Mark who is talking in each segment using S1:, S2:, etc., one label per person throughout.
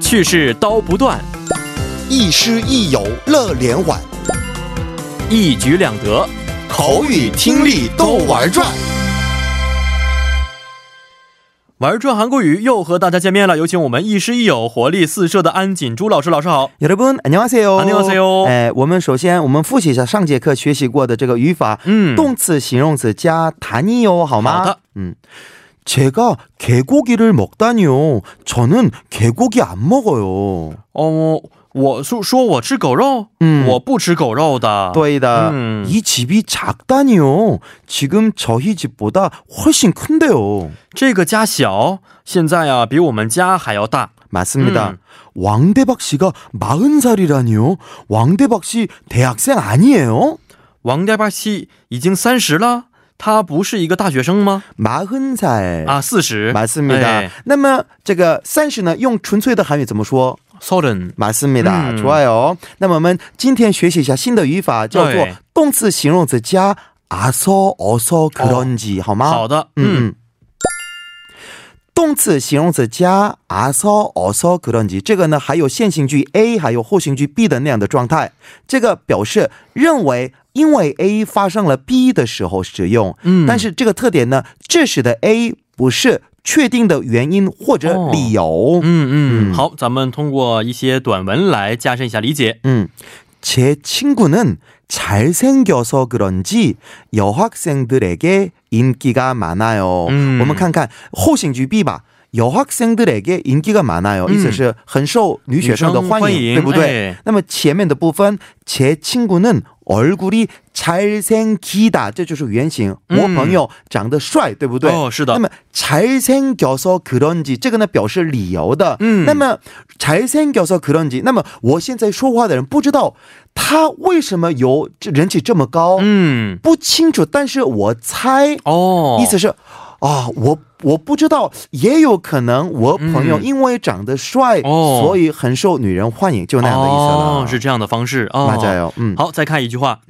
S1: 去世刀不断，
S2: 亦师亦友乐连环，
S1: 一举两得。
S2: 口语听力都玩转。
S1: 玩转韩国语又和大家见面了，有请我们亦师亦友、活力四射的安锦珠老师。老师好，
S3: 여러분 안녕하세요.
S1: 안녕하세요.
S3: 哎，我们首先我们复习一下上节课学习过的这个语法，
S1: 嗯
S3: 动词、形容词加다니요，好吗？
S1: 음。 好的
S3: 嗯。제가개고기를 먹다니요. 저는 개고기 안 먹어요.
S1: 哦，我说说我吃狗肉，
S3: 嗯
S1: 我不吃狗肉的。，
S3: 또이다.
S1: 음.
S3: 이 집이 작다니요. 지금 저희 집보다 훨씬 큰데요.
S1: 这个家小，现在啊比我们家还要大。
S3: 맞습니다.
S1: 음.
S3: 왕대박 씨가 마흔 살이라니요. 왕대박 씨 대학생 아니에요?
S1: 王代巴西已经三十了，他不是一个大学生吗？
S3: 마흔 살.
S1: 啊，四十。
S3: 맞습니다.
S1: 哎
S3: 那么这个三十呢，用纯粹的韩语怎么说？
S1: 서른.
S3: 맞습니다.
S1: 음.
S3: 좋아요. 那么我们今天学习一下新的语法，叫做
S1: 对
S3: 动词形容词加아서어서그런지，好吗？
S1: 好
S3: 的，
S1: 的，嗯，
S3: 嗯。动词形容词加啊아서어서그런지，这个呢还有先行句 A，还有后行句 B 的那样的状态。这个表示认为因为 A 发生了 B 的时候使用。
S1: 嗯
S3: 但是这个特点呢，这时的 A 不是确定的原因或者理由。
S1: 嗯嗯，
S3: 嗯
S1: 好，咱们通过一些短文来加深一下理解。
S3: 음, 제 친구는 잘생겨서 그런지 여학생들에게 인기가 많아요.
S1: 음.
S3: 我们看看后行句B吧。 여학생들에게 인기가 많아요.
S1: 嗯。女生欢迎，
S3: 意思是很受女学生的欢迎，对不对？
S1: 음. 哎。
S3: 那么前面的部分，제 친구는 얼굴이 잘생기다，这就是原型。
S1: 嗯。
S3: 我朋友长得帅，对不对？
S1: 哦，是的。
S3: 那么잘생겨서그런지这个呢表示理由的。
S1: 嗯
S3: 那么잘생겨서그런지，那么我现在说话的人不知道他为什么有这人气这么高，
S1: 嗯，
S3: 不清楚，但是我猜，
S1: 哦，
S3: 意思是啊，我我不知道，也有可能我朋友
S1: 嗯
S3: 因为长得帅，
S1: 哦
S3: 所以很受女人欢迎，就那样的意思了。
S1: 哦，是这样的方式哦。
S3: 맞아요，嗯。
S1: 好，再看一句话，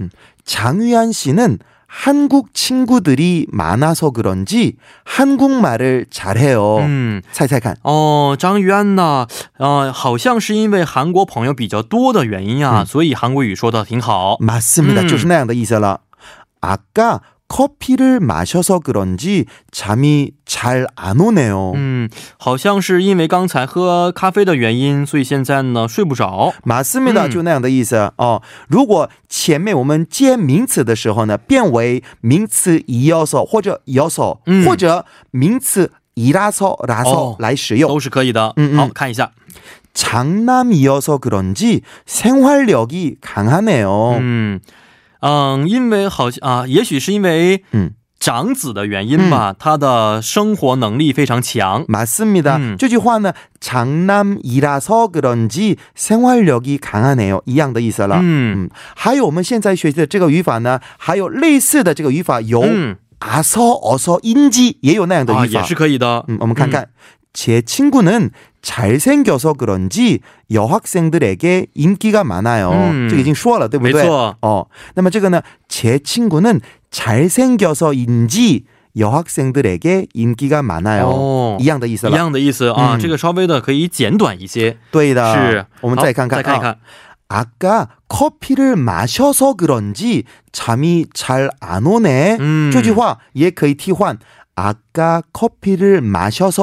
S3: 장유한 씨는 한국 친구들이 많아서 그런지 한국말을 잘해요.
S1: 嗯。
S3: 猜猜看。
S1: 哦，张于安呐，呃，好像是因为韩国朋友比较多的原因
S3: 嗯
S1: 啊，所以韩国语说的挺好。
S3: 맞습니다.
S1: 음.
S3: 就是那样的意思了. 아까 커피를 마셔서 그런지 잠이 잘 안 오네요.
S1: 嗯，好像是因为刚才喝咖啡的原因，所以现在呢睡不着。
S3: 맞습니다.
S1: 음.
S3: 就那样的意思哦。如果前面我们接名词的时候呢，变为名词이어서或者 이어서
S1: 嗯。
S3: 或者名词이라서 라서
S1: 음。 哦。
S3: 来使用。
S1: 都是可以的。
S3: 嗯嗯
S1: 好看一下，
S3: 장남이어서 그런지 생활력이 강하네요.
S1: 嗯嗯，因为好像啊，也许是因为
S3: 嗯
S1: 长子的原因吧，他的生活能力非常强。
S3: 맞습니다.
S1: 음.
S3: 这句话呢, 장남이라서 그런지 생활력이 강하네요. 一样的意思了.
S1: 嗯
S3: 음. 还有我们现在学习的这个语法呢，还有类似的这个语法有
S1: 嗯
S3: 아서 어서인지
S1: 啊，
S3: 也有那样的语法.嗯
S1: 也是可以的。
S3: 아, 음, 我们看看. 제 친구는 잘생겨서 그런지 여학생들에게 인기가 많아요.
S1: 음. 没
S3: 这个已经说了，对不对？
S1: 错，
S3: 어, 那么这个呢,제 친구는 잘생겨서인지 여학생들에게 인기가 많아요.
S1: 哦。
S3: 哎一样的意思了。
S1: 一样的意思啊，
S3: 嗯
S1: 这个稍微的可以简短一些。
S3: 对的。
S1: 是，好
S3: 我们再看看。 아, 啊
S1: 再 어, 看一看。
S3: 아까 커피를 마셔서 그런지 잠이 잘 안 오네.
S1: 嗯，
S3: 这句话也可以替换 아까 커피를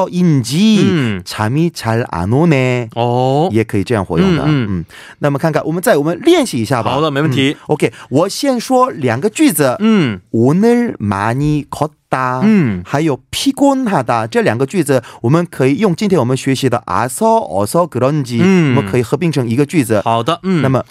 S3: 마셔서인지
S1: 嗯，
S3: 잠이 잘 안 오네. 예,
S1: 哦，
S3: 也可以这样活用的。
S1: 嗯嗯
S3: 嗯，那么看看，我们再我们练习一下吧。
S1: 好的，没问题。
S3: OK，我先说两个句子。
S1: 嗯
S3: 오늘많이걷다，
S1: 嗯
S3: 还有피곤하다这两个句子，我们可以用今天我们学习的아서어서그런지，
S1: 嗯
S3: 我们可以合并成一个句子。
S1: 好的，嗯，
S3: 那么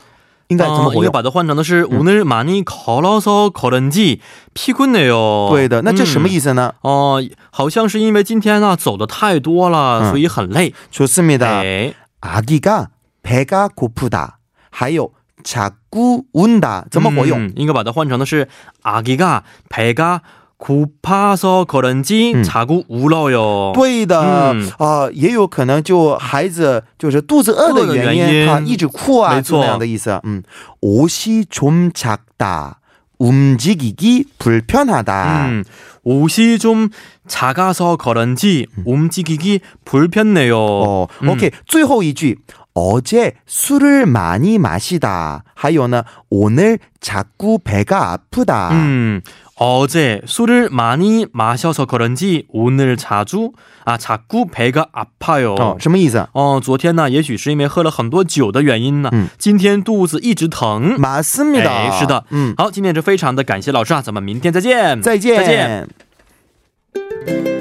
S3: 应该怎么
S1: 呃
S3: 活
S1: 应该
S3: 用？嗯
S1: 把它换成的是오늘많이걸어서걸은지피곤해요。
S3: 对的，那这什么
S1: 思？
S3: 意思呢？
S1: 嗯哦、好像是因为今天呢、啊走的太多了，
S3: 嗯
S1: 所以很累。
S3: 좋습니다
S1: 哎，
S3: 아기가배가고프다，还有자꾸운다怎么活用？
S1: 嗯应该把它换成的是아기가배가고파서걸은지
S3: 嗯
S1: 자꾸울어요。
S3: 对的啊、
S1: 嗯
S3: 也有可能就孩子就是肚子饿的
S1: 饿
S3: 原
S1: 的原因
S3: 因，他一直哭啊，
S1: 没错
S3: 就那样的意思。嗯，옷이좀작다움직이기불편하다。
S1: 嗯， 음, 옷이 좀 작아서 그런지 움직이기 불편해요.
S3: 음. 어, 오케이. 最后一句 어제 술을 많이 마시다. 还有呢, 오늘 자꾸 배가 아프다.
S1: 음, 어제 술을 많이 마셔서 그런지 오늘 자주 아 자꾸 배가 아파요.
S3: 어, 什么意思?
S1: 哦，昨天呢，也许是因为喝了很多酒的原因呢，
S3: 嗯
S1: 今天肚子一直疼。
S3: 맞습니다.
S1: 哎是的
S3: 음,
S1: 好，今天是非常的感谢老师啊，咱们明天再见，
S3: 再见。
S1: 再见。
S3: 再见